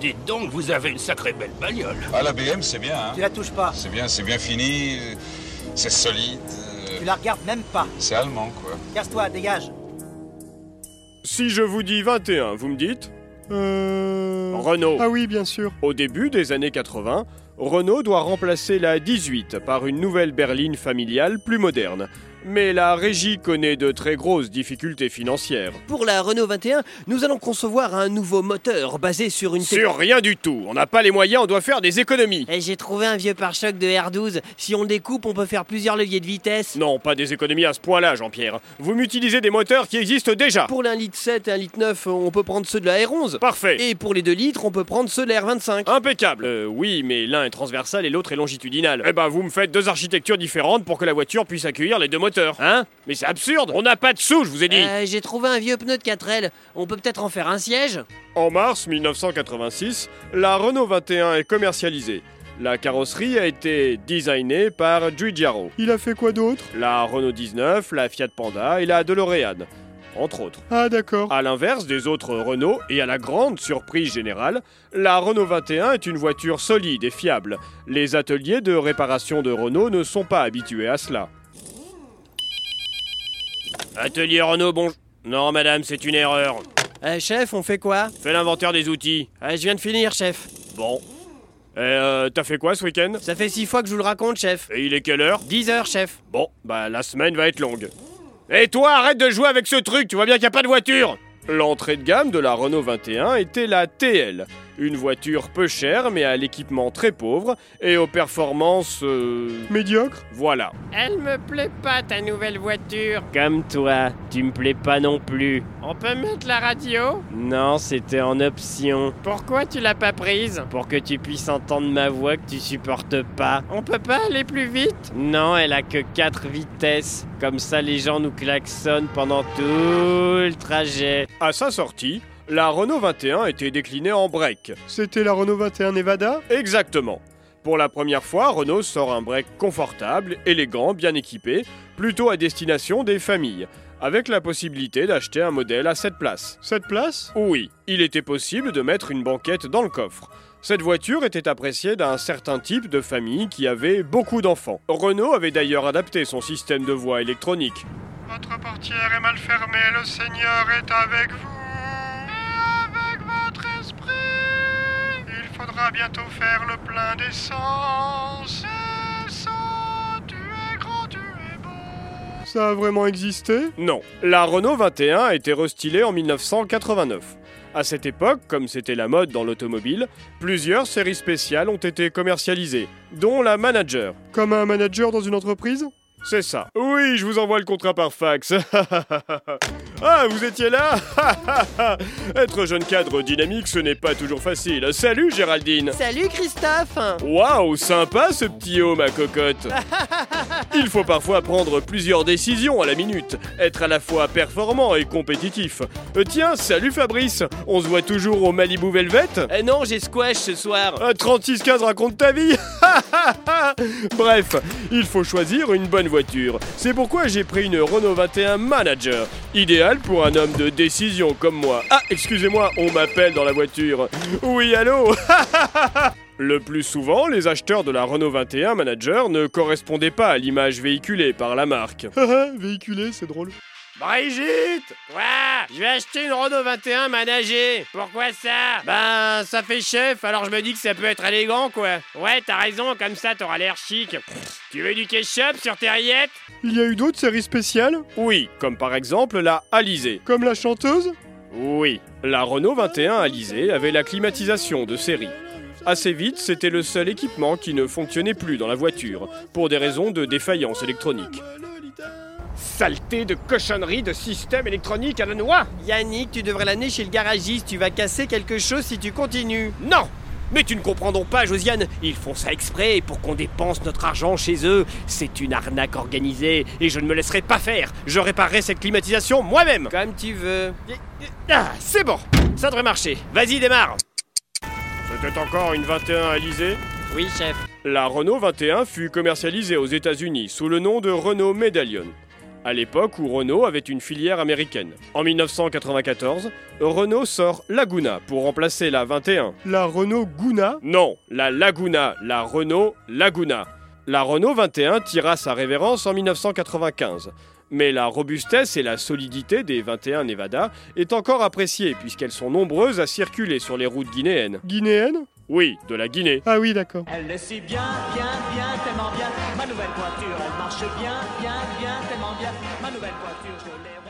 Dites donc, vous avez une sacrée belle bagnole. Ah, la BM, c'est bien, hein Tu la touches pas. C'est bien, c'est bien fini, euh, c'est solide, euh, Tu la regardes même pas. c'est allemand, quoi. Casse-toi, dégage. Si je vous dis 21, vous me dites Euh... Renault. Ah oui, bien sûr. Au début des années 80, Renault doit remplacer la 18 par une nouvelle berline familiale plus moderne. Mais la régie connaît de très grosses difficultés financières. Pour la Renault 21, nous allons concevoir un nouveau moteur basé sur une... Sur rien du tout, on n'a pas les moyens, on doit faire des économies. Et j'ai trouvé un vieux pare-choc de R12. Si on le découpe, on peut faire plusieurs leviers de vitesse. Non, pas des économies à ce point-là, Jean-Pierre. Vous m'utilisez des moteurs qui existent déjà. Pour un litre 7 et un litre 9, on peut prendre ceux de la R11. Parfait. Et pour les 2 litres, on peut prendre ceux de la R25. Impeccable. Euh, oui, mais l'un est transversal et l'autre est longitudinal. Eh ben, vous me faites deux architectures différentes pour que la voiture puisse accueillir les deux moteurs. Hein Mais c'est absurde. On n'a pas de sous, je vous ai dit. Euh, j'ai trouvé un vieux pneu de 4L. On peut peut-être en faire un siège En mars 1986, la Renault 21 est commercialisée. La carrosserie a été designée par Giugiaro. Il a fait quoi d'autre La Renault 19, la Fiat Panda et la DeLorean, entre autres. Ah d'accord. À l'inverse des autres Renault et à la grande surprise générale, la Renault 21 est une voiture solide et fiable. Les ateliers de réparation de Renault ne sont pas habitués à cela. Atelier Renault, bonjour. Non, madame, c'est une erreur. Euh, Chef, on fait quoi Fais l'inventaire des outils. Ah, Euh, Je viens de finir, chef. Bon. Et euh, t'as fait quoi ce week-end Ça fait 6 fois que je vous le raconte, chef. Et il est quelle heure 10 heures, chef. Bon, bah la semaine va être longue. Et toi, arrête de jouer avec ce truc, tu vois bien qu'il n'y a pas de voiture L'entrée de gamme de la Renault 21 était la TL, une voiture peu chère mais à l'équipement très pauvre et aux performances... euh, Médiocre voilà. Elle me plaît pas, ta nouvelle voiture. Comme toi, tu me plais pas non plus. On peut mettre la radio Non, c'était en option. Pourquoi tu l'as pas prise Pour que tu puisses entendre ma voix que tu supportes pas. On peut pas aller plus vite Non, elle a que 4 vitesses. Comme ça, les gens nous klaxonnent pendant tout le trajet. À sa sortie, la Renault 21 était déclinée en break. C'était la Renault 21 Nevada Exactement. Pour la première fois, Renault sort un break confortable, élégant, bien équipé, plutôt à destination des familles, avec la possibilité d'acheter un modèle à 7 places. Cette place Oui, il était possible de mettre une banquette dans le coffre. Cette voiture était appréciée d'un certain type de famille qui avait beaucoup d'enfants. Renault avait d'ailleurs adapté son système de voix électronique. Votre portière est mal fermée, le Seigneur est avec vous. Et avec votre esprit. Il faudra bientôt faire le plein d'essence. tu es grand, tu es bon. Ça a vraiment existé Non, la Renault 21 a été restylée en 1989. À cette époque, comme c'était la mode dans l'automobile, plusieurs séries spéciales ont été commercialisées, dont la Manager. Comme un manager dans une entreprise C'est ça. Oui, je vous envoie le contrat par fax. ah, vous étiez là Être jeune cadre dynamique, ce n'est pas toujours facile. Salut Géraldine Salut Christophe Waouh, sympa ce petit homme à cocotte Il faut parfois prendre plusieurs décisions à la minute, être à la fois performant et compétitif. Euh, tiens, salut Fabrice On se voit toujours au Malibu Velvet Eh non, j'ai squash ce soir. Ah, 36-15 raconte ta vie Bref, il faut choisir une bonne voiture. C'est pourquoi j'ai pris une Renault 21 Manager, idéale pour un homme de décision comme moi. Ah, excusez-moi, on m'appelle dans la voiture. Oui, allô Le plus souvent, les acheteurs de la Renault 21 Manager ne correspondaient pas à l'image véhiculée par la marque. Véhiculé, c'est drôle. Brigitte Quoi Je vais acheter une Renault 21 managée. Pourquoi ça Ben, ça fait chef, alors je me dis que ça peut être élégant, quoi. Ouais, t'as raison, comme ça t'auras l'air chic. Tu veux du ketchup sur tes rillettes Il y a eu d'autres séries spéciales Oui, comme par exemple la Alizée. Comme la chanteuse Oui, la Renault 21 Alizée avait la climatisation de série. Assez vite, c'était le seul équipement qui ne fonctionnait plus dans la voiture, pour des raisons de défaillance électronique. Saleté de cochonnerie de système électronique à la noix Yannick, tu devrais l'amener chez le garagiste, tu vas casser quelque chose si tu continues. Non Mais tu ne comprends donc pas, Josiane, ils font ça exprès pour qu'on dépense notre argent chez eux. C'est une arnaque organisée et je ne me laisserai pas faire. Je réparerai cette climatisation moi-même Comme tu veux. Ah, c'est bon Ça devrait marcher. Vas-y, démarre C'était encore une 21 Alizée Oui, chef. La Renault 21 fut commercialisée aux États-Unis sous le nom de Renault Medallion. à l'époque où Renault avait une filière américaine. En 1994, Renault sort Laguna pour remplacer la 21. La Renault Guna Non, la Laguna, la Renault Laguna. La Renault 21 tira sa révérence en 1995. Mais la robustesse et la solidité des 21 Nevada est encore appréciée puisqu'elles sont nombreuses à circuler sur les routes guinéennes. Guinéennes Oui, de la Guinée. Ah oui, d'accord. Elle le suit bien, bien, bien, tellement bien. Ma nouvelle voiture, elle marche bien, bien, bien, tellement bien. Ma nouvelle voiture, je l'ai.